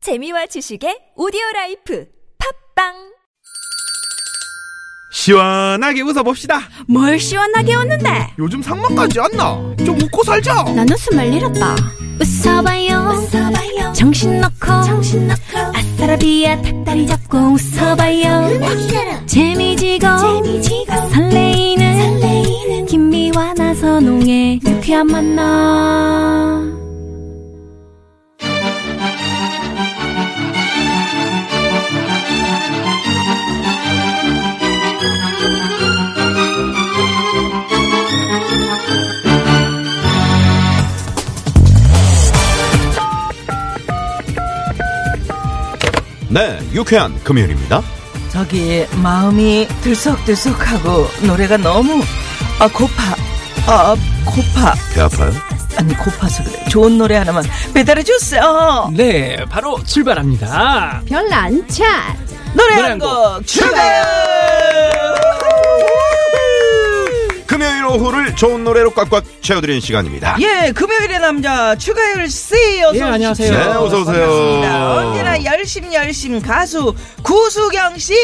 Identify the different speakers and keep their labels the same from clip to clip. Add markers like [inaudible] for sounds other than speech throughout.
Speaker 1: 재미와 지식의 오디오 라이프 팝빵
Speaker 2: 시원하게 웃어봅시다.
Speaker 3: 뭘 시원하게 웃는데
Speaker 2: 요즘 상만까지 안 나. 좀 웃고 살자.
Speaker 3: 난 웃음을 잃었다 웃어봐요, 정신 놓고 아싸라비아 닭다리 잡고 웃어봐요 재미지고, 설레이는, 김미와 나선홍의 유쾌한 만남
Speaker 4: 네, 유쾌한 금요일입니다.
Speaker 5: 저기 마음이 들썩들썩하고 노래가 너무 아 고파 아 고파
Speaker 4: 배 아파요?
Speaker 5: 아니 고파서 그래 좋은 노래 하나만 배달해 주세요
Speaker 6: 네, 바로 출발합니다.
Speaker 5: 노래
Speaker 6: 노래
Speaker 5: 한
Speaker 6: 한
Speaker 5: 곡 출발
Speaker 4: 금요일 오후를 좋은 노래로 꽉꽉 채워드리는 시간입니다.
Speaker 5: 예 금요일의 남자 추가열 씨 어서
Speaker 6: 예, 안녕하세요.
Speaker 4: 네,
Speaker 5: 오십시오.
Speaker 4: 어서 오세요.
Speaker 5: 반갑습니다. 언제나 열심 열심 가수 구수경 씨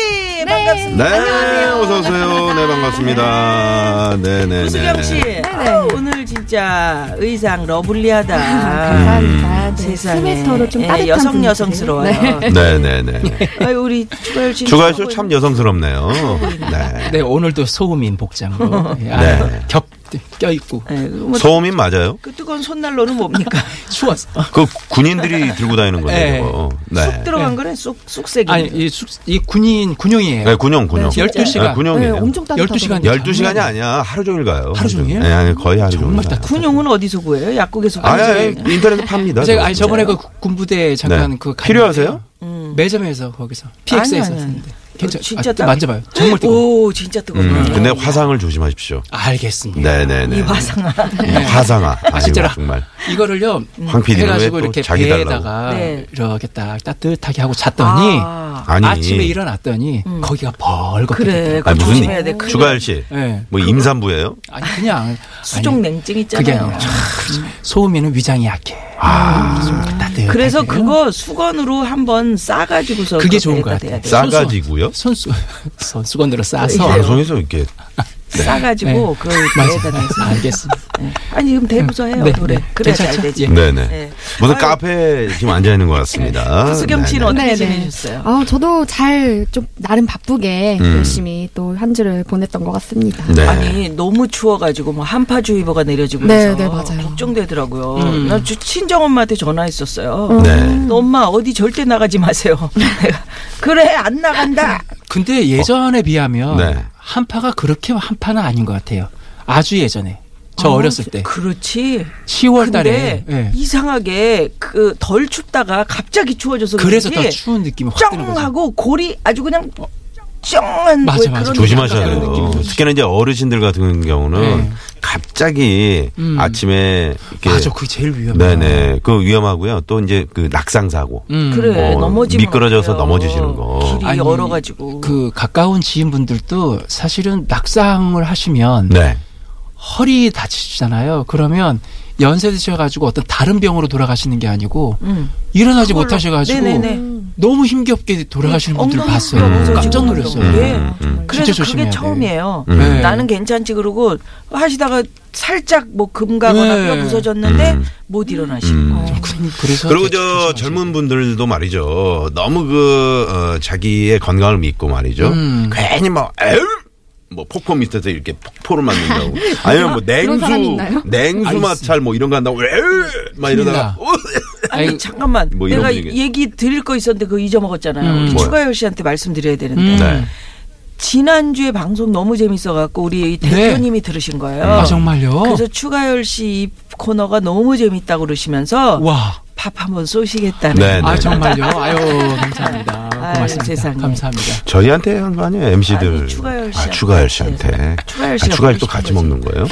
Speaker 4: 네,
Speaker 5: 반갑습니다
Speaker 4: 어서 오세요. 네, 반갑습니다. 네, 네,
Speaker 5: 구수경 씨
Speaker 4: 네.
Speaker 5: 아우, 오늘 진짜 의상 러블리하다
Speaker 7: 아, 감사합니다. 네,
Speaker 5: 세상에
Speaker 7: 스웨터로 좀
Speaker 5: 예,
Speaker 7: 따뜻한
Speaker 5: 여성
Speaker 7: 분위기.
Speaker 5: 여성스러워요.
Speaker 4: 네, 네,
Speaker 6: [laughs]
Speaker 4: 네.
Speaker 5: 아유 우리 추가열 씨
Speaker 4: 주가씨참 여성스럽네요. 네.
Speaker 6: 네, 오늘도
Speaker 5: [laughs]
Speaker 6: 소음인 복장으로 예, 아,
Speaker 4: 네.
Speaker 6: 겹 껴입고
Speaker 5: 뭐,
Speaker 4: 소음인 맞아요?
Speaker 5: 그 뜨거운 손난로는 뭡니까?
Speaker 6: 추웠어.
Speaker 4: 그 군인들이 들고 다니는 건데,
Speaker 6: 네.
Speaker 4: 이거.
Speaker 5: 쑥
Speaker 4: 네.
Speaker 5: 들어간 거래 쑥 쑥색이.
Speaker 6: 아니, 이, 숙, 이 군인 군용이에요.
Speaker 4: 네, 군용, 군용.
Speaker 6: 네, 12시간.
Speaker 4: 네, 군용이에요.
Speaker 7: 엄청
Speaker 5: 어,
Speaker 7: 따뜻하고
Speaker 6: 12시간.
Speaker 4: 12시간이 아니야. 하루 종일 가요.
Speaker 6: 하루 종일?
Speaker 4: 네, 아니, 거의 하루
Speaker 6: 정말
Speaker 4: 종일. 가요.
Speaker 6: 따뜻해.
Speaker 5: 군용은 어디서 구해요? 약국에서
Speaker 4: 아니,
Speaker 5: 구해요?
Speaker 4: 아니, 인터넷에 팝니다.
Speaker 6: 제가
Speaker 4: 저거.
Speaker 6: 아니 저번에 그 군부대 잠깐
Speaker 4: 네.
Speaker 6: 그 갔는데
Speaker 4: 필요하세요?
Speaker 6: 매점에서 거기서 PX에서
Speaker 5: 음. 아니, 아니, 아니.
Speaker 6: 샀는데. 괜찮.
Speaker 5: 진짜
Speaker 6: 아, 또
Speaker 5: 따-
Speaker 6: 만져봐요. 정말 뜨거.
Speaker 5: 오 진짜 뜨거워.
Speaker 4: 음, 근데
Speaker 6: 네.
Speaker 4: 화상을 조심하십시오.
Speaker 6: 알겠습니다.
Speaker 4: 네네네. 이
Speaker 5: 화상아.
Speaker 4: 화상아. 아니,
Speaker 6: 진짜로.
Speaker 4: 정말.
Speaker 6: 이거를요.
Speaker 4: 네. 황 PD 는왜
Speaker 6: 해가지고
Speaker 4: 또
Speaker 6: 이렇게
Speaker 4: 자기
Speaker 6: 배에다가
Speaker 5: 음. 네.
Speaker 6: 이렇게 딱 따뜻하게 하고 잤더니
Speaker 5: 아,
Speaker 4: 아니,
Speaker 6: 아침에 일어났더니 거기가 벌겋게
Speaker 5: 음. 그래.
Speaker 6: 됐더라고요.
Speaker 5: 그거
Speaker 4: 아니, 무슨
Speaker 5: 조심해야 돼. 큰일
Speaker 4: 주가열 씨,
Speaker 6: 네.
Speaker 4: 뭐 임산부예요?
Speaker 6: 아니 그냥
Speaker 5: 수족 냉증
Speaker 6: 그게
Speaker 5: 있잖아요.
Speaker 6: 아니라 소음에는 위장이 약해. 아, 따뜻.
Speaker 5: 그래서 그거 수건으로 한번 싸가지고서
Speaker 6: 그게
Speaker 5: 그
Speaker 6: 좋은 것
Speaker 5: 배에다
Speaker 6: 같아요.
Speaker 5: 대야 돼.
Speaker 4: 싸- 싸가지고요?
Speaker 6: 손수 [laughs] 손수건으로
Speaker 5: 네.
Speaker 6: 싸서
Speaker 4: 방송에서 이렇게 네.
Speaker 5: 싸가지고 그 배에다
Speaker 6: 네. 맞아요.
Speaker 5: 대서. 네.
Speaker 6: 알겠습니다.
Speaker 5: 아니 지금 대부서 해요
Speaker 6: 네,
Speaker 5: 노래.
Speaker 6: 네.
Speaker 5: 그래야 잘
Speaker 6: 괜찮죠?
Speaker 5: 되지.
Speaker 6: 예.
Speaker 4: 네네.
Speaker 5: 네.
Speaker 4: 무슨
Speaker 5: 아유.
Speaker 4: 카페에 지금 앉아 있는 것 같습니다.
Speaker 5: 구수경 씨는
Speaker 4: 네네.
Speaker 5: 어떻게
Speaker 7: 네네.
Speaker 5: 지내셨어요?
Speaker 7: 아, 저도 잘 좀 나름 바쁘게
Speaker 4: 음.
Speaker 7: 열심히 또 한 주를 보냈던 것 같습니다.
Speaker 4: 네.
Speaker 5: 아니 너무 추워가지고 뭐 한파주의보가 내려지고
Speaker 7: 네,
Speaker 5: 그래서
Speaker 7: 네, 맞아요.
Speaker 5: 걱정되더라고요.
Speaker 6: 음.
Speaker 5: 나 주- 친정 엄마한테 전화했었어요. 음.
Speaker 4: 네.
Speaker 5: 너 엄마 어디 절대 나가지 마세요. [laughs] 내가 그래 안 나간다.
Speaker 6: 근데 예전에 비하면
Speaker 4: 네.
Speaker 6: 한파가 그렇게 한파는 아닌 것 같아요. 아주 예전에 저 어렸을 때
Speaker 5: 그렇지.
Speaker 6: 네. 10월달에 네.
Speaker 5: 근데 이상하게 그 덜 춥다가 갑자기 추워져서
Speaker 6: 그래서 더
Speaker 5: 그런지
Speaker 6: 추운 느낌이 확 드는
Speaker 5: 쩡
Speaker 6: 거죠.
Speaker 5: 하고 골이 아주 그냥 쩡한
Speaker 6: 맞아,
Speaker 5: 왜
Speaker 6: 맞아.
Speaker 5: 그런
Speaker 4: 조심하셔야
Speaker 5: 그런
Speaker 4: 돼요.
Speaker 5: 느낌이 들죠.
Speaker 4: 특히나 이제 어르신들 같은 경우는
Speaker 6: 네.
Speaker 4: 갑자기
Speaker 6: 음.
Speaker 4: 아침에 이렇게
Speaker 6: 맞아, 그게 제일 위험해요.
Speaker 4: 네네 그 위험하고요. 또 이제 그 낙상 사고.
Speaker 6: 음.
Speaker 5: 그래
Speaker 4: 어,
Speaker 5: 넘어지면
Speaker 4: 미끄러져서
Speaker 5: 어때요?
Speaker 4: 넘어지시는 거.
Speaker 5: 길이
Speaker 6: 아니,
Speaker 5: 얼어가지고
Speaker 6: 그 가까운 지인분들도 사실은 낙상을 하시면
Speaker 4: 네.
Speaker 6: 허리 다치시잖아요. 그러면 연세 드셔가지고 어떤 다른 병으로 돌아가시는 게 아니고
Speaker 5: 음.
Speaker 6: 일어나지
Speaker 5: 그걸로-
Speaker 6: 못하셔가지고
Speaker 5: 네네네. 네,
Speaker 6: 너무 힘겹게 돌아가시는 분들
Speaker 5: 엉덩이
Speaker 6: 봤어요.
Speaker 5: 부러져서
Speaker 6: 깜짝
Speaker 5: 지금
Speaker 6: 놀랐어요.
Speaker 5: 예.
Speaker 4: 음, 음.
Speaker 5: 그래서
Speaker 6: 진짜
Speaker 5: 그게
Speaker 6: 조심해야 돼.
Speaker 5: 처음이에요.
Speaker 4: 음.
Speaker 6: 네.
Speaker 5: 나는 괜찮지 그러고 하시다가 살짝 뭐 금가거나
Speaker 6: 네.
Speaker 5: 뼈 부서졌는데
Speaker 4: 음.
Speaker 5: 못 일어나시고
Speaker 4: 음.
Speaker 6: 그래서
Speaker 4: 그리고 저
Speaker 6: 대충 조심하시고.
Speaker 4: 젊은 분들도 말이죠. 너무 그 어, 자기의 건강을 믿고 말이죠.
Speaker 6: 음.
Speaker 4: 괜히 막 에휴 뭐 폭포 밑에서 이렇게 폭포를
Speaker 5: [laughs]
Speaker 4: 만든다고 아니면 뭐
Speaker 7: 사람 있나요?
Speaker 4: 냉수 냉수
Speaker 6: 아니,
Speaker 4: 마찰 뭐 이런 거 한다고 에휴 막 이러다가
Speaker 6: 큰일 나.
Speaker 4: 어,
Speaker 5: 아니
Speaker 6: 아이고,
Speaker 5: 잠깐만
Speaker 4: 뭐 이런
Speaker 5: 내가
Speaker 4: 분위기.
Speaker 5: 얘기 드릴 거 있었는데 그거 잊어먹었잖아요.
Speaker 6: 음.
Speaker 5: 우리
Speaker 4: 뭐요?
Speaker 5: 추가열 씨한테 말씀드려야 되는데
Speaker 6: 음.
Speaker 4: 네.
Speaker 5: 지난주에 방송 너무 재밌어갖고 우리 이
Speaker 6: 네.
Speaker 5: 대표님이 들으신 거예요.
Speaker 6: 아 정말요?
Speaker 5: 어. 그래서 추가열 씨 이 코너가 너무 재밌다고 그러시면서
Speaker 6: 와,
Speaker 5: 밥 한번 쏘시겠다는
Speaker 4: 네,
Speaker 6: 아
Speaker 4: 네.
Speaker 6: 정말요? 아유 감사합니다. 고맙습니다.
Speaker 5: 세상에.
Speaker 6: 감사합니다.
Speaker 4: 저희한테 한 거 아니에요 MC들
Speaker 5: 아니, 추가열
Speaker 4: 아
Speaker 5: 씨한테.
Speaker 4: 추가열 씨한테
Speaker 5: 추가열
Speaker 4: 아,
Speaker 5: 씨가
Speaker 4: 추가열 또 같이
Speaker 5: 부르신 거지. [laughs] 네.
Speaker 4: 먹는 거예요?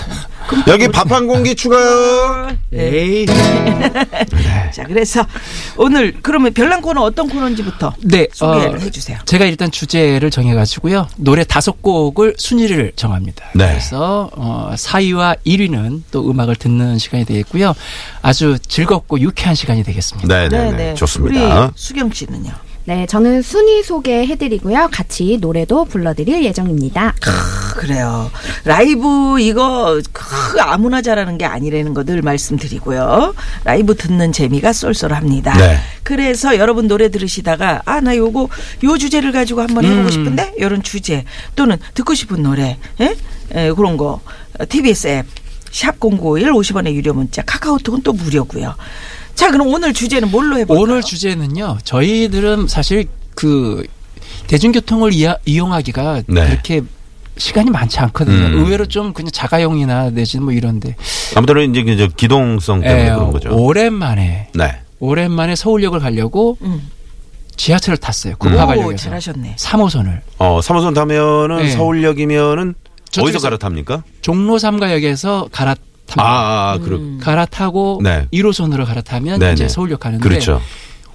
Speaker 4: 여기 밥 한 공기 추가열
Speaker 6: 에이,
Speaker 4: 네.
Speaker 5: 자, 그래서 오늘 그러면 별난 코너 어떤 코너인지부터
Speaker 6: 네,
Speaker 5: 소개를
Speaker 6: 어,
Speaker 5: 해주세요.
Speaker 6: 제가 일단 주제를 정해가지고요. 노래 다섯 곡을 순위를 정합니다.
Speaker 4: 네.
Speaker 6: 그래서 어, 4위와 1위는 또 음악을 듣는 시간이 되겠고요. 아주 즐겁고 유쾌한 시간이 되겠습니다.
Speaker 4: 네네네.
Speaker 5: 우리
Speaker 4: 좋습니다.
Speaker 5: 수경 씨는요.
Speaker 7: 네, 저는 순위 소개해드리고요. 같이 노래도 불러드릴 예정입니다.
Speaker 5: 크, 그래요. 라이브 이거 크, 아무나 잘하는 게 아니라는 것을 말씀드리고요. 라이브 듣는 재미가 쏠쏠합니다.
Speaker 4: 네.
Speaker 5: 그래서 여러분 노래 들으시다가 아 나 요거 요 주제를 가지고 한번
Speaker 6: 음.
Speaker 5: 해보고 싶은데 이런 주제 또는 듣고 싶은 노래 예? 예, 그런 거 어, TBS 앱. 샵 091, 50원의 유료 문자, 카카오톡은 또 무료고요. 자, 그럼 오늘 주제는 뭘로 해볼까요?
Speaker 6: 오늘 주제는요. 저희들은 사실 그 대중교통을 이용하기가
Speaker 4: 네.
Speaker 6: 그렇게 시간이 많지 않거든요.
Speaker 4: 음.
Speaker 6: 의외로 좀 그냥 자가용이나 내지는 뭐 이런데
Speaker 4: 아무튼 이제 그 기동성 때문에
Speaker 6: 에,
Speaker 4: 그런 거죠.
Speaker 6: 오랜만에
Speaker 4: 네.
Speaker 6: 오랜만에 서울역을 가려고
Speaker 5: 음.
Speaker 6: 지하철을 탔어요. 구파가려고
Speaker 5: 오,
Speaker 6: 해서
Speaker 5: 잘하셨네.
Speaker 6: 3호선을
Speaker 4: 어, 3호선 타면은
Speaker 6: 네.
Speaker 4: 서울역이면은 어디서
Speaker 6: 저쪽에서- 음.
Speaker 4: 갈아탑니까?
Speaker 6: 종로 삼가역에서 갈아탑니다.
Speaker 4: 아, 아,
Speaker 6: 음.
Speaker 4: 그렇.
Speaker 5: 음.
Speaker 6: 갈아타고
Speaker 4: 네.
Speaker 6: 1호선으로 갈아타면
Speaker 4: 네네.
Speaker 6: 이제 서울역 가는데
Speaker 4: 그렇죠.
Speaker 6: 네.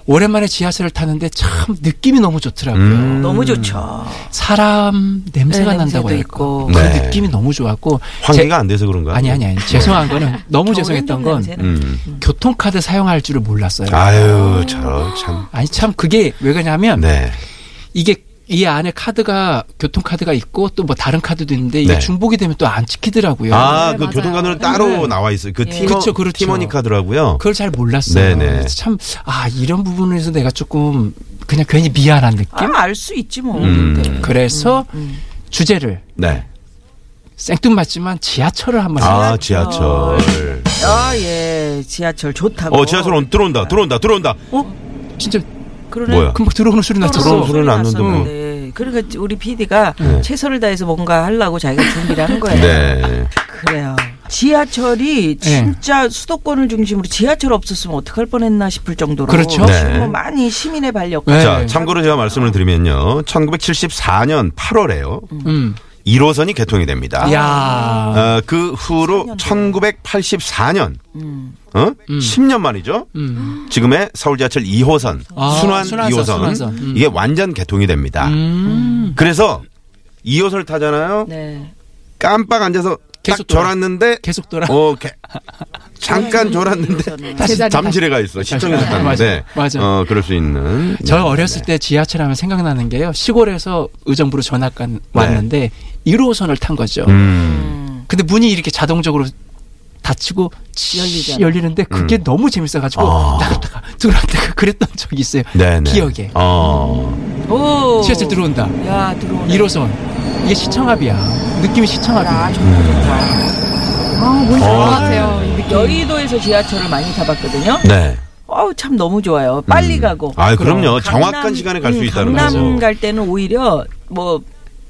Speaker 6: 오랜만에 지하철을 타는데 참 느낌이 너무 좋더라고요.
Speaker 4: 음.
Speaker 5: 너무 좋죠.
Speaker 6: 사람 냄새가
Speaker 5: 네,
Speaker 6: 난다고
Speaker 5: 냄새도
Speaker 6: 해야
Speaker 5: 있고.
Speaker 6: 할까? 그
Speaker 4: 네.
Speaker 6: 느낌이 너무 좋았고
Speaker 4: 환기가 안 돼서 그런가?
Speaker 6: 아니 아니 아니 죄송한
Speaker 5: [laughs]
Speaker 6: 거는 너무 죄송했던 건
Speaker 4: 음.
Speaker 6: 교통카드 사용할 줄을 몰랐어요.
Speaker 4: 아유, 저 참.
Speaker 6: 아니 참 그게 왜 그러냐면
Speaker 4: 네.
Speaker 6: 이게 이 안에 카드가 교통카드가 있고 또 뭐 다른 카드도 있는데 이게
Speaker 4: 네.
Speaker 6: 중복이 되면 또 안 찍히더라고요.
Speaker 4: 아,
Speaker 7: 네,
Speaker 4: 그
Speaker 7: 맞아요.
Speaker 4: 교통카드는 따로
Speaker 6: 네.
Speaker 4: 나와 있어요. 그 팀원,
Speaker 6: 그렇죠, 그렇죠.
Speaker 4: 팀원이 카드라고요.
Speaker 6: 그걸 잘 몰랐어요.
Speaker 4: 네네.
Speaker 6: 그래서 참, 아, 이런 부분에서 내가 조금 그냥 괜히 미안한 느낌?
Speaker 5: 알수 있지 뭐.
Speaker 4: 음.
Speaker 5: 근데.
Speaker 6: 그래서
Speaker 5: 음.
Speaker 6: 주제를
Speaker 4: 네.
Speaker 6: 생뚱맞지만 지하철을 한번
Speaker 4: 아,
Speaker 6: 아,
Speaker 4: 지하철.
Speaker 5: 아, 예. 지하철 좋다고.
Speaker 4: 어, 지하철 온- 들어온다, 들어온다, 들어온다.
Speaker 6: 진짜
Speaker 5: 그러네.
Speaker 4: 뭐야?
Speaker 6: 금방 들어오는 소리 났어.
Speaker 4: 들어오는 소리.
Speaker 6: 요
Speaker 4: 소리는 안 나는데 뭐.
Speaker 5: 났었는데. 그러니까 우리 PD가
Speaker 4: 네.
Speaker 5: 최선을 다해서 뭔가 하려고 자기가 준비를 한 거예요.
Speaker 4: 네.
Speaker 5: 그래요. 지하철이 진짜 수도권을 중심으로 지하철 없었으면 어떡할 뻔했나 싶을 정도로
Speaker 6: 그렇죠.
Speaker 4: 네.
Speaker 5: 지금 뭐 많이 시민의 반력.
Speaker 6: 네.
Speaker 4: 자, 참고로 제가 말씀을 드리면요. 1974년 8월에요.
Speaker 6: 음.
Speaker 4: 1호선이 개통이
Speaker 6: 예.
Speaker 4: 됩니다.
Speaker 6: 야
Speaker 4: 어, 그 후로 1984년, 어? 10년 만이죠?
Speaker 6: 음.
Speaker 4: 지금의 서울 지하철 2호선,
Speaker 6: 아,
Speaker 4: 순환
Speaker 6: 순환선,
Speaker 4: 2호선.
Speaker 6: 순환선. 음.
Speaker 4: 이게 완전 개통이 됩니다.
Speaker 6: 음.
Speaker 4: 그래서 2호선을 타잖아요.
Speaker 5: 네.
Speaker 4: 깜빡 앉아서 딱
Speaker 6: 계속 돌아.
Speaker 4: 졸았는데,
Speaker 6: 계속 돌아.
Speaker 4: 어, 개-
Speaker 6: 네.
Speaker 4: 잠깐 졸았는데, 다시
Speaker 7: 제자리
Speaker 4: 잠실에 가 있어. 시청에서
Speaker 6: 맞아,
Speaker 4: 탔는데,
Speaker 6: 맞아.
Speaker 4: 어, 그럴 수 있는.
Speaker 6: 저
Speaker 4: 네,
Speaker 6: 어렸을
Speaker 4: 네.
Speaker 6: 때 지하철 하면 생각나는 게요. 시골에서 의정부로 전학 간, 왔는데 1호선을 탄 거죠.
Speaker 4: 네. 음.
Speaker 6: 근데 문이 이렇게 자동적으로 닫히고
Speaker 5: 열리잖아요.
Speaker 6: 열리는데 그게
Speaker 4: 음.
Speaker 6: 너무 재밌어가지고
Speaker 4: 아.
Speaker 6: 나갔다가 들어왔다가 그랬던 적이 있어요.
Speaker 4: 네네.
Speaker 6: 기억에.
Speaker 4: 어.
Speaker 5: 오.
Speaker 6: 지하철 들어온다.
Speaker 5: 야, 들어오네.
Speaker 6: 1호선. 이게 시청합이야. 느낌이
Speaker 5: 아,
Speaker 6: 시청합이야.
Speaker 5: 정말 좋다. 네.
Speaker 7: 아, 뭔지
Speaker 4: 어,
Speaker 7: 알것 같아요. 이 느낌.
Speaker 5: 여의도에서 지하철을 많이 타봤거든요.
Speaker 4: 네.
Speaker 5: 어우 참 너무 좋아요. 빨리
Speaker 4: 음.
Speaker 5: 가고.
Speaker 4: 아, 그럼요.
Speaker 5: 강남,
Speaker 4: 정확한 시간에 갈수
Speaker 5: 음,
Speaker 4: 있다는
Speaker 5: 강남
Speaker 4: 거죠.
Speaker 5: 갈 때는 오히려 뭐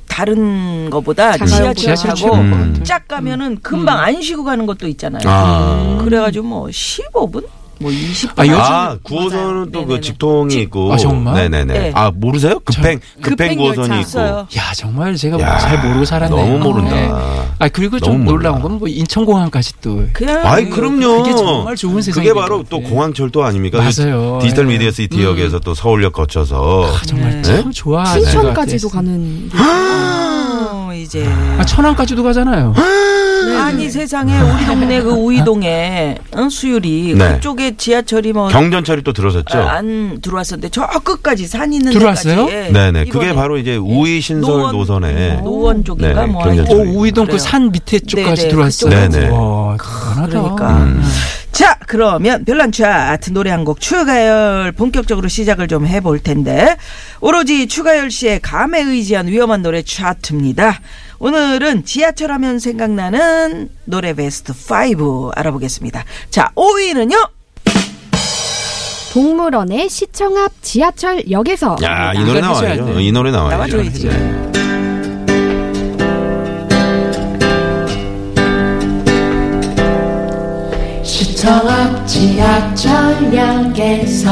Speaker 5: 다른 거보다
Speaker 7: 자가용
Speaker 5: 지하철 타고
Speaker 4: 최고.
Speaker 6: 최고인 것 같아요.
Speaker 4: 음.
Speaker 5: 쫙 가면은 금방 안 쉬고 가는 것도 있잖아요.
Speaker 4: 아.
Speaker 5: 그래가지고 뭐 15분, 뭐 20분.
Speaker 6: 아, 요즘-
Speaker 4: 아, 9호선은 또 그 직통이 있고.
Speaker 6: 아, 정말?
Speaker 4: 네네네.
Speaker 5: 네. 그
Speaker 4: 아, 모르세요? 급행, 급행
Speaker 7: 급행
Speaker 4: 9호선이 그 있고.
Speaker 5: 있어요.
Speaker 6: 야, 정말 제가
Speaker 4: 야,
Speaker 6: 잘 모르고 살았네요.
Speaker 4: 너무
Speaker 6: 네.
Speaker 4: 모른다.
Speaker 6: 아, 그리고
Speaker 4: 너무
Speaker 6: 좀 놀라운
Speaker 4: 몰라.
Speaker 6: 건 뭐 인천공항까지 또.
Speaker 5: 그냥 음,
Speaker 4: 아이, 그럼요.
Speaker 6: 그게 정말 좋은 세상이
Speaker 4: 그게 바로
Speaker 6: 되더라고요.
Speaker 4: 또 공항철도 아닙니까? 그
Speaker 6: 맞아요.
Speaker 4: 디지털
Speaker 6: 예.
Speaker 4: 미디어 시티역에서 또 서울역 거쳐서.
Speaker 6: 아, 정말
Speaker 5: 네.
Speaker 6: 참 좋아.
Speaker 7: 신천까지도 가는
Speaker 5: 어, 이제
Speaker 6: 아, 천안까지도 가잖아요.
Speaker 5: 아니 세상에 우리 동네 그 우이동에 응, 수유리
Speaker 4: 네.
Speaker 5: 그쪽에 지하철이 뭐
Speaker 4: 경전철이 또 들어섰죠?
Speaker 5: 아, 안 들어왔었는데 저 끝까지 산 있는
Speaker 6: 들어왔어요?
Speaker 5: 데까지. 예.
Speaker 4: 네네.
Speaker 5: 이번에
Speaker 4: 그게 바로 이제 우이신설
Speaker 5: 노원,
Speaker 4: 노선에.
Speaker 5: 노원 쪽인가
Speaker 4: 네네,
Speaker 5: 뭐
Speaker 4: 경전철.
Speaker 6: 오,
Speaker 5: 하여튼.
Speaker 6: 우이동
Speaker 5: 그래요.
Speaker 6: 그 산 밑에
Speaker 5: 네, 네,
Speaker 6: 쪽까지 들어왔어요.
Speaker 4: 그쪽까지. 네네.
Speaker 6: 와, 대단하다.
Speaker 5: 그러니까.
Speaker 4: 음.
Speaker 5: 자 그러면 별난 차트 노래 한 곡 추가열 본격적으로 시작을 좀 해볼 텐데 오로지 추가열 씨의 감에 의지한 위험한 노래 차트입니다. 오늘은 지하철 하면 생각나는 노래 베스트 5 알아보겠습니다. 자 5위는요.
Speaker 7: 동물원의 시청 앞 지하철역에서
Speaker 4: 야, 이 노래
Speaker 6: 나가셔야
Speaker 4: 나와야죠.
Speaker 6: 돼요.
Speaker 4: 이 노래 나와야죠.
Speaker 5: 나와줘야지.
Speaker 4: 네.
Speaker 3: 시청 앞 지하철역에서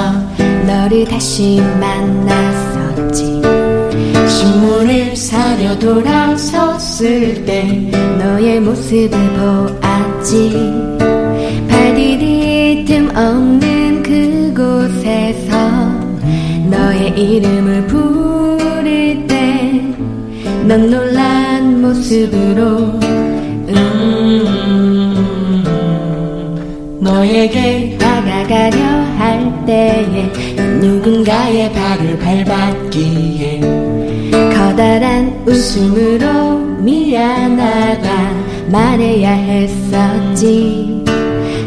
Speaker 3: 너를 다시 만났었지 신문을 사려 돌아섰을 때 너의 모습을 보았지 발디딜 틈 없는 그 내 이름을 부를 땐 넌 놀란 모습으로 음, 너에게 다가가려 할 때에 누군가의 발을 밟았기에 커다란 웃음으로 미안하다 말해야 했었지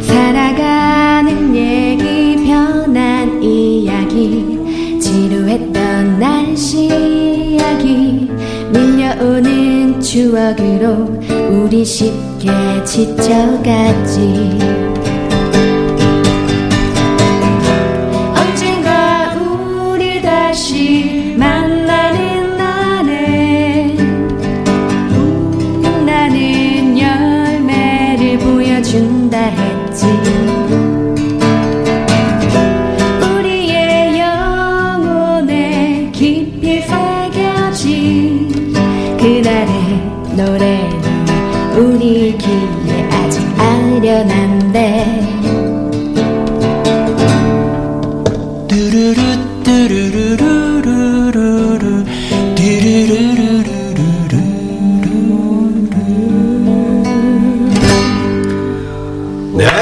Speaker 3: 살아가는 얘기 편한 이야기 지루했던 날씨 이야기 밀려오는 추억으로 우리 쉽게 지쳐갔지 언젠가 우리 다시 만나는 날에 나는 열매를 보여준다 했지 우리의 영혼에 깊이 새겨진 그날의 노래는 우리 귀에 아직 아련한데
Speaker 6: 뚜루루 뚜루루루루루루 뚜루루루루루루
Speaker 4: 네. 아,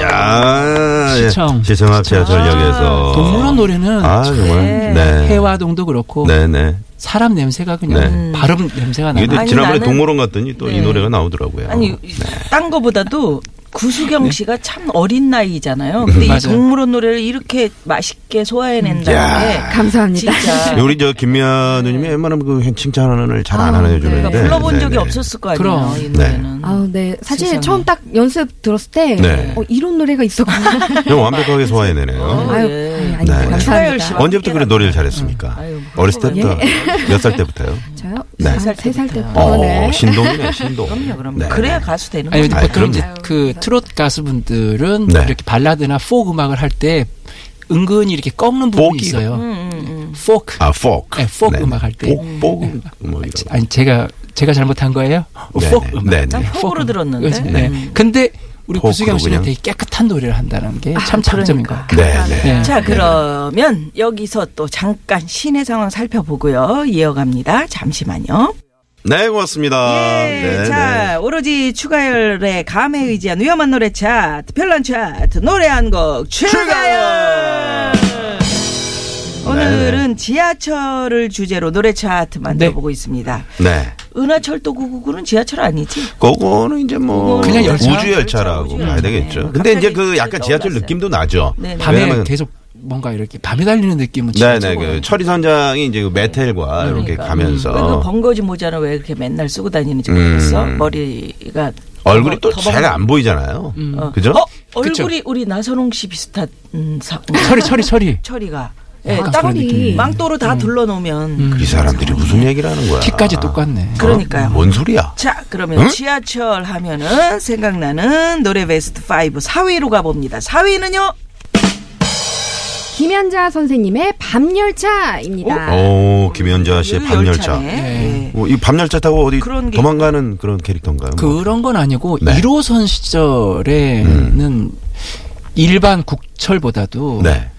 Speaker 4: 야. 예.
Speaker 6: 시청.
Speaker 4: 시청 앞 지하철
Speaker 6: 시청.
Speaker 4: 역에서.
Speaker 6: 동물원 노래는
Speaker 4: 아, 정말. 네.
Speaker 6: 해화동도 그렇고
Speaker 4: 네, 네.
Speaker 6: 사람 냄새가 그냥
Speaker 4: 네.
Speaker 6: 발음 냄새가
Speaker 4: 이게
Speaker 6: 나요.
Speaker 4: 근데
Speaker 5: 아니,
Speaker 4: 지난번에
Speaker 5: 나는-
Speaker 4: 동물원 갔더니 또 이
Speaker 5: 네.
Speaker 4: 노래가 나오더라고요. 네.
Speaker 5: 아니 딴 거보다도 구수경 씨가 참 어린
Speaker 4: 음,
Speaker 5: 나이잖아요. 근데 이
Speaker 6: 맞아요.
Speaker 5: 동물원 노래를 이렇게 맛있게 소화해낸다는 게
Speaker 7: 감사합니다.
Speaker 5: 진짜
Speaker 4: 우리 저 김미아누님이 웬만하면 그 칭찬을 잘 안
Speaker 5: 아우,
Speaker 4: 하는
Speaker 5: 그러니까
Speaker 4: 해주는데
Speaker 5: 불러본
Speaker 4: 네,
Speaker 5: 적이
Speaker 4: 네.
Speaker 5: 없었을 거 아니에요.
Speaker 6: 그럼.
Speaker 5: 이 노래는.
Speaker 7: 아우, 네. 사실
Speaker 5: 음. 세상에.
Speaker 7: 처음 딱 연습 들었을 때,
Speaker 4: 네.
Speaker 7: 어, 이런 노래가 있었구나.
Speaker 4: [laughs] 그냥 완벽하게 소화해내네요.
Speaker 7: 아유,
Speaker 5: 예.
Speaker 7: 아유, 아유,
Speaker 4: 네.
Speaker 5: 추가열 씨
Speaker 7: 감사합니다.
Speaker 5: 와-
Speaker 4: 언제부터 그래 노래를 잘했습니까?
Speaker 5: 아유,
Speaker 4: 어렸을 때부터 몇 살 때부터요?
Speaker 7: 저요?
Speaker 4: 네.
Speaker 7: 세살 때부터.
Speaker 4: 어,
Speaker 7: 네.
Speaker 4: 신동이네 신동.
Speaker 5: 아, 그럼요, 그럼요.
Speaker 4: 네.
Speaker 5: 그래야 가수 되는
Speaker 6: 아니
Speaker 5: 거죠.
Speaker 6: 근데
Speaker 4: 아이,
Speaker 6: 보통 이제
Speaker 7: 그럼요.
Speaker 6: 그 트롯 가수분들은
Speaker 4: 네.
Speaker 6: 이렇게 발라드나 포크 음악을 할 때 은근히 이렇게 꺾는 부분이
Speaker 4: 포기요?
Speaker 6: 있어요.
Speaker 5: 음, 음, 음.
Speaker 6: 포크.
Speaker 4: 아 포크.
Speaker 6: 네, 포크 음악 할 때.
Speaker 4: 포크 포크 뭐 이런.
Speaker 6: 아니 제가 제가 잘못한 거예요.
Speaker 4: 네네,
Speaker 6: 포크 음악.
Speaker 4: 네네.
Speaker 5: 난 포크로 들었는데.
Speaker 6: 그렇죠. 네.
Speaker 4: 음.
Speaker 6: 근데 우리
Speaker 4: 포크로
Speaker 6: 구수경 씨는
Speaker 4: 그냥.
Speaker 6: 되게 깨끗한 노래를 한다는 게 참 장점인 것 같아요.
Speaker 4: 네네.
Speaker 6: 네.
Speaker 5: 아, 그러니까. 자, 그러면 여기서 또 잠깐 시내 상황 살펴보고요. 이어갑니다. 잠시만요.
Speaker 4: 네 고맙습니다.
Speaker 5: 예,
Speaker 4: 네,
Speaker 5: 자, 오로지 추가열의 감에 의지한 위험한 노래 차트, 별난 차트, 노래 한 곡 추가열! 오늘은 지하철을 주제로 노래 차트 만들어보고 있습니다.
Speaker 4: 네, 네. 네.
Speaker 5: 은하철도 999는 지하철 아니지?
Speaker 4: 그거는 이제 뭐
Speaker 5: 그거는
Speaker 6: 그냥 열차?
Speaker 4: 우주 열차라고
Speaker 5: 열차,
Speaker 4: 봐야
Speaker 5: 우주
Speaker 4: 되겠죠.
Speaker 5: 열차.
Speaker 4: 근데 이제
Speaker 5: 갑자기
Speaker 4: 그 약간
Speaker 5: 갑자기
Speaker 4: 지하철
Speaker 5: 떠올랐어요.
Speaker 4: 느낌도 나죠.
Speaker 5: 뭐 네, 네.
Speaker 6: 밤에
Speaker 4: 왜냐면
Speaker 6: 계속 뭔가 이렇게 밤에 달리는 느낌은 진짜
Speaker 4: 네네 그
Speaker 6: 좋아요.
Speaker 4: 철이 선장이 이제 그 메텔과 이렇게
Speaker 5: 그러니까.
Speaker 4: 가면서 음.
Speaker 5: 왜그 번거지 모자는 왜 그렇게 맨날 쓰고 다니는지 모르겠어. 머리가
Speaker 4: 얼굴이 또
Speaker 5: 더벅-
Speaker 4: 잘 안 보이잖아요. 그죠?
Speaker 5: 어,
Speaker 6: 그쵸.
Speaker 5: 얼굴이 우리 나선홍 씨 비슷한 음, 사,
Speaker 4: 그
Speaker 6: 철이 철이 철이.
Speaker 5: 처리가 예,
Speaker 6: 약간
Speaker 5: 딱
Speaker 6: 아, 그런 느낌이에요.
Speaker 5: 망토로
Speaker 6: 음.
Speaker 5: 다 둘러놓으면
Speaker 4: 이 사람들이 무슨 얘기를 하는 거야?
Speaker 6: 키까지 똑같네.
Speaker 5: 음. 그러니까요.
Speaker 4: 어? 뭔 소리야?
Speaker 5: 자, 그러면 지하철 하면은 생각나는 노래 베스트 5 4위로 가봅니다. 4위는요?
Speaker 7: 김현자 선생님의 밤열차입니다.
Speaker 4: 오 어, 김연자 씨의
Speaker 5: 그
Speaker 4: 밤열차.
Speaker 5: 아. 열차네.
Speaker 6: 네.
Speaker 5: 예.
Speaker 4: 어, 이 밤열차 타고 어디
Speaker 5: 그런 게
Speaker 4: 도망가는 그런 캐릭터인가요? 뭐.
Speaker 6: 그런 건 아니고
Speaker 4: 네.
Speaker 6: 1호선 시절에는 일반 국철보다도
Speaker 4: 네.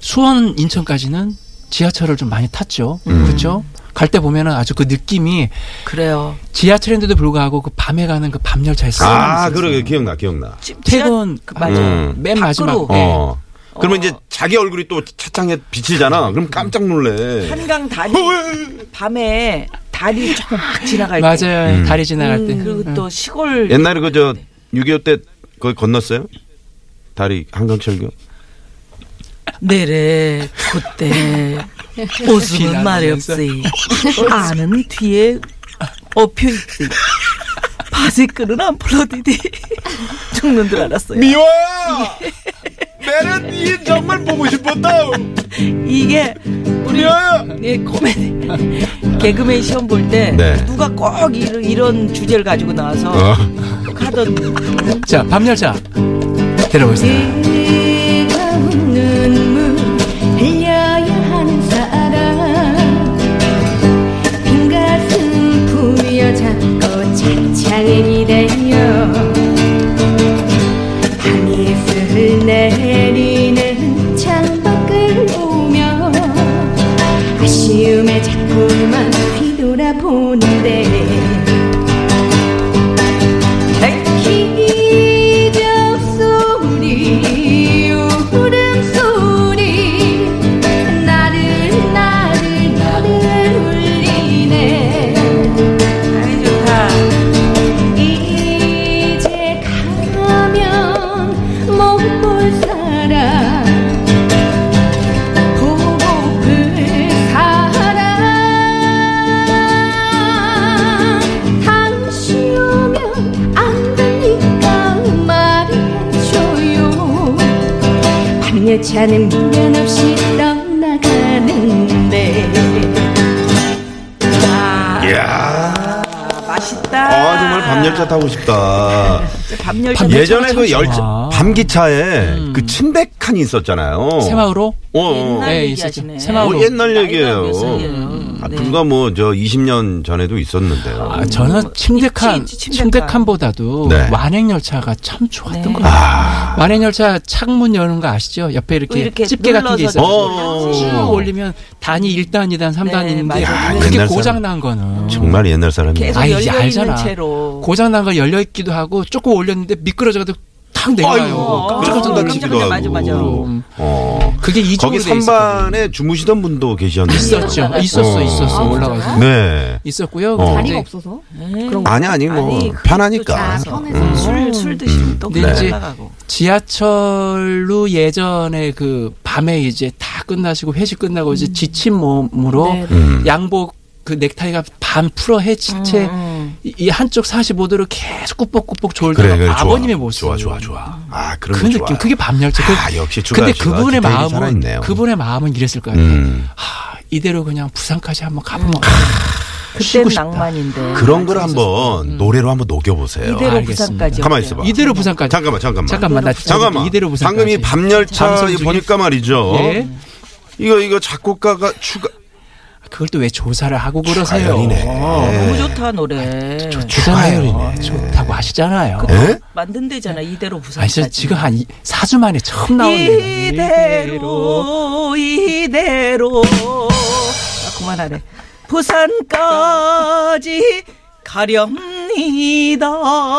Speaker 6: 수원 인천까지는 지하철을 좀 많이 탔죠.
Speaker 4: 음.
Speaker 6: 그렇죠? 갈 때 보면은 아주 그 느낌이
Speaker 5: 예. 그래요.
Speaker 6: 지하철인데도 불구하고 그 밤에 가는 그 밤열차에 쓰
Speaker 4: 아 그러게 기억나 기억나.
Speaker 5: 지-
Speaker 6: 퇴근
Speaker 5: 지하- 그 맞아.
Speaker 4: 음.
Speaker 6: 맨 마지막
Speaker 5: 밖으로.
Speaker 6: 네.
Speaker 4: 어. 그러면 이제 자기 얼굴이 또 차창에 비치잖아. 그럼 깜짝 놀래.
Speaker 5: 한강 다리
Speaker 4: 어,
Speaker 5: 밤에 다리 쫙 지나갈 때 음,
Speaker 6: 맞아요.
Speaker 4: 음.
Speaker 6: 다리 지나갈 때. 음.
Speaker 5: 그리고 또 시골
Speaker 4: 옛날에 그 저 6.25 때 거기 건넜어요? 다리 한강철교?
Speaker 5: 내래 그때 웃음은 말이 없이 아는 뒤에 업혀 있지 바지끈은 안 풀어디디 죽는 줄 알았어요
Speaker 4: 미워야! 나는 이 정말 보고 싶었다!
Speaker 5: 이게 우리
Speaker 4: 미워야!
Speaker 5: 예, 코미디 개그맨 시험 볼 때
Speaker 4: 네.
Speaker 5: 누가 꼭 이런, 이런 주제를 가지고 나와서
Speaker 4: 어.
Speaker 5: 하던
Speaker 6: 자, 밤열차.
Speaker 5: 네.
Speaker 6: 들어보세요.
Speaker 3: 뜨거운 눈물 흘려야 하는 사람 빈 가슴 부여잡고 차창을 이대요 밤이 슬 내리는 창밖을
Speaker 5: 아,
Speaker 3: 그녀 차는 변함없이
Speaker 5: 네.
Speaker 3: 떠나가는데
Speaker 4: 이야.
Speaker 5: 아,
Speaker 4: 예.
Speaker 5: 맛있다.
Speaker 4: 아, 정말 밤열차 타고 싶다.
Speaker 5: 밤열차.
Speaker 6: 밤-
Speaker 4: 예전에 그
Speaker 6: 열차
Speaker 4: 열차,
Speaker 6: 참 좋아.
Speaker 4: 밤기차에 그 침백칸이 있었잖아요.
Speaker 6: 음. 새마을호
Speaker 4: 어, 어.
Speaker 5: 옛날
Speaker 6: 예,
Speaker 5: 얘기하시네.
Speaker 6: 있었죠. 새마을
Speaker 4: 어, 옛날 얘기예요.
Speaker 5: 나이가 몇 살이에요?
Speaker 4: 아,
Speaker 5: 네.
Speaker 4: 불과 뭐 저 20년 전에도 있었는데요.
Speaker 6: 아, 저는 침대칸,
Speaker 5: 어, 있지, 있지, 침대칸.
Speaker 6: 침대칸보다도
Speaker 4: 네.
Speaker 6: 완행열차가 참 좋았던
Speaker 5: 네.
Speaker 6: 것 같아요. 완행열차 창문 여는 거 아시죠? 옆에 이렇게,
Speaker 5: 이렇게
Speaker 6: 집게 같은 게
Speaker 5: 눌러서
Speaker 6: 있어요.
Speaker 4: 어.
Speaker 6: 쭉 올리면 단위 1단, 2단, 3단
Speaker 5: 네,
Speaker 6: 있는데
Speaker 4: 야,
Speaker 5: 맞아요.
Speaker 6: 그게
Speaker 4: 옛날
Speaker 6: 고장 난 거는
Speaker 4: 정말 옛날 사람이에요.
Speaker 5: 계속
Speaker 6: 아, 이제
Speaker 5: 열려
Speaker 6: 알잖아.
Speaker 5: 있는 채로.
Speaker 6: 고장 난 걸 열려 있기도 하고 조금 올렸는데 미끄러져가지고 탁 내려요.
Speaker 4: 아이고, 깜짝 놀라시기도
Speaker 5: 깜짝 놀라, 맞아, 맞아.
Speaker 4: 하고. 어.
Speaker 6: 그게 음. 이중
Speaker 4: 거기
Speaker 6: 으돼 있었거든요.
Speaker 4: 3반에 주무시던 분도 계셨는데.
Speaker 6: 있었죠. 있었어,
Speaker 4: 어.
Speaker 6: 있었어.
Speaker 4: 아,
Speaker 6: 올라가서
Speaker 4: 네.
Speaker 6: 있었고요.
Speaker 4: 어.
Speaker 6: 그래서 이제
Speaker 7: 자리가 없어서.
Speaker 5: 그런
Speaker 4: 아니, 아니, 뭐,
Speaker 5: 네. 아니,
Speaker 4: 편하니까.
Speaker 7: 아, 편해서.
Speaker 4: 음.
Speaker 5: 술술 드시면 또
Speaker 6: 네.
Speaker 5: 그냥
Speaker 6: 이제
Speaker 5: 올라가고.
Speaker 6: 지하철로 예전에 그 밤에 이제 다 끝나시고 회식 끝나고
Speaker 5: 음.
Speaker 6: 이제 지친 몸으로
Speaker 7: 네.
Speaker 4: 음.
Speaker 6: 양복 그 넥타이가 반 풀어 해친 채
Speaker 5: 음.
Speaker 6: 이, 이 한쪽 45도로 계속 꾸벅꾸벅 졸다가
Speaker 4: 그래, 그래. 좋아.
Speaker 6: 그러니까 아버님의 모습.
Speaker 4: 좋아, 좋아, 좋아. 아, 그런
Speaker 6: 그
Speaker 4: 거
Speaker 6: 느낌,
Speaker 4: 좋아.
Speaker 6: 그게 밤열차. 그-
Speaker 4: 아, 역시 추가
Speaker 6: 근데
Speaker 4: 씨가
Speaker 6: 그분의
Speaker 4: 디테일이
Speaker 6: 마음은
Speaker 4: 살아있네요.
Speaker 6: 그분의 마음은 이랬을 것 같아요.
Speaker 4: 음.
Speaker 6: 하, 이대로 그냥 부산까지 한번 가보면
Speaker 5: 그때
Speaker 6: 쉬고 싶다.
Speaker 5: 낭만인데.
Speaker 4: 그런 걸 한번 노래로 한번 녹여보세요. 아,
Speaker 5: 이대로
Speaker 6: 아, 알겠습니다.
Speaker 5: 부산까지.
Speaker 4: 가만히
Speaker 5: 어때요?
Speaker 4: 있어봐.
Speaker 6: 음. 아, 이대로 부산까지.
Speaker 4: 잠깐만, 잠깐만.
Speaker 6: 잠깐만 나 진짜
Speaker 4: 잠깐만.
Speaker 6: 이대로 부산까지.
Speaker 4: 방금 이 밤열차
Speaker 6: 방송 중에-
Speaker 4: 보니까 말이죠.
Speaker 6: 예.
Speaker 4: 이거, 이거 작곡가가 추가,
Speaker 6: 그걸 또 왜 조사를 하고 그러세요? 어,
Speaker 5: 너무
Speaker 4: 가연이네.
Speaker 5: 좋다
Speaker 6: 아,
Speaker 5: 노래.
Speaker 6: 주잖아요.
Speaker 4: 네.
Speaker 6: 좋다고 하시잖아요.
Speaker 4: 예?
Speaker 5: 만든 데잖아 이대로 부산.
Speaker 6: 네. 아니, 저 지금 한 4주 만에 처음 나온 노래예요.
Speaker 5: 이대로 이대로 아, 그만하래 부산까지 가렵니다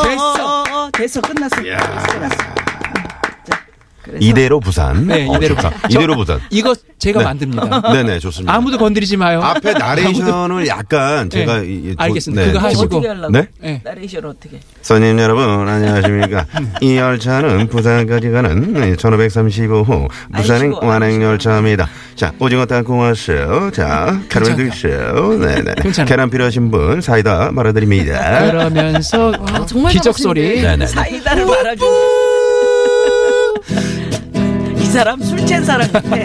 Speaker 6: 됐어.
Speaker 5: 됐어 끝났어 끝났어 자, 그래서
Speaker 4: 이대로 부산.
Speaker 6: 네,
Speaker 4: 어,
Speaker 6: 이대로
Speaker 4: 좋다.
Speaker 6: 부산.
Speaker 4: 이대로 부산.
Speaker 6: 이거 제가
Speaker 4: 네.
Speaker 6: 만듭니다.
Speaker 4: [laughs] 네네, 좋습니다.
Speaker 6: 아무도 건드리지 마요.
Speaker 4: 앞에
Speaker 6: [laughs]
Speaker 4: 나레이션을 약간 제가
Speaker 6: 네.
Speaker 4: 이- 이-
Speaker 6: 알겠습니다. 그거
Speaker 5: 어떻게
Speaker 6: 하시고.
Speaker 5: 하려고?
Speaker 4: 네?
Speaker 6: 예.
Speaker 5: 나레이션 어떻게
Speaker 4: 선임 여러분 안녕하십니까 이 열차는 부산까지 가는 1535호 부산행
Speaker 5: 아이고, 아이고.
Speaker 4: 완행열차입니다 자 오징어 땅콩 왔어요 자 캐럴
Speaker 6: 괜찮아요.
Speaker 4: 드세요 네네
Speaker 6: 괜찮아요.
Speaker 4: 계란 필요하신 분 사이다 말아드립니다
Speaker 6: 그러면서
Speaker 7: 어, 정말
Speaker 6: 기적
Speaker 7: 잘하시는데.
Speaker 6: 소리.
Speaker 4: 네네
Speaker 5: 사이다를 말아주는 이 사람 술 취한 사람 같아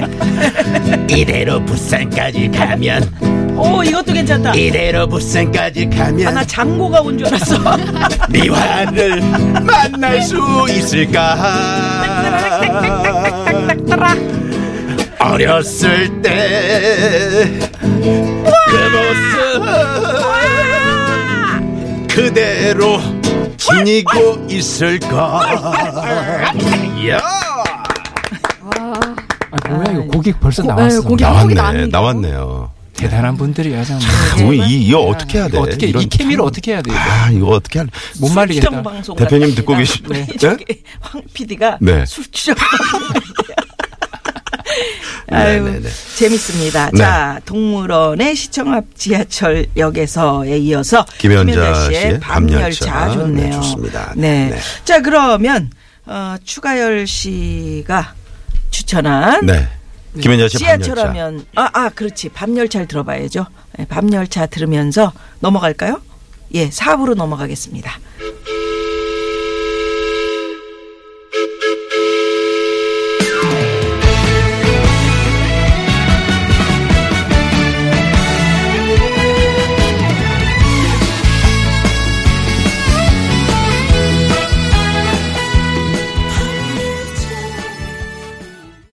Speaker 4: 이대로 부산까지 가면
Speaker 5: 오 이것도 괜찮다
Speaker 4: 이대로 부산까지 가면
Speaker 5: 아나 장고가 온 줄 알았어
Speaker 4: 미화를 만날 수 있을까 어렸을 때 그 모습 그대로 지니고 있을까 야!
Speaker 6: 아, 뭐야 이거 고기 벌써 나왔어.
Speaker 7: 네, 고기. 한국이
Speaker 4: 음, 나왔네
Speaker 7: 나왔네요.
Speaker 4: 나왔네요
Speaker 6: 대단한 분들이야 정말.
Speaker 4: 뭐 이, 이거 어떻게 해야 돼
Speaker 6: 어떻게
Speaker 4: 이런
Speaker 6: 이 케미를 어떻게 해야 돼? 이거?
Speaker 4: 아 이거 어떻게 할
Speaker 6: 못 말리겠다.
Speaker 5: 방송
Speaker 4: 대표님 듣고 계시-
Speaker 5: 우리
Speaker 4: 네?
Speaker 5: [laughs] 저기 황 PD가
Speaker 4: 네.
Speaker 5: 술
Speaker 4: [laughs]
Speaker 5: 취적 아유
Speaker 4: 네, 네, 네.
Speaker 5: 재밌습니다.
Speaker 4: 네.
Speaker 5: 자 동물원의 시청 앞 지하철역에서에 이어서
Speaker 4: 김연자
Speaker 5: 김연자
Speaker 4: 씨의
Speaker 5: 밤열차
Speaker 4: 밤열차.
Speaker 5: 좋네요.
Speaker 4: 네, 좋습니다.
Speaker 5: 네.
Speaker 4: 네.
Speaker 5: 자 그러면 어, 추가열 씨가 추천한
Speaker 4: 네 김현자 씨 밤열차
Speaker 5: 지하철하면 아 아 그렇지 밤열차를 들어봐야죠. 네, 밤열차 들으면서 넘어갈까요? 예, 4부로 넘어가겠습니다.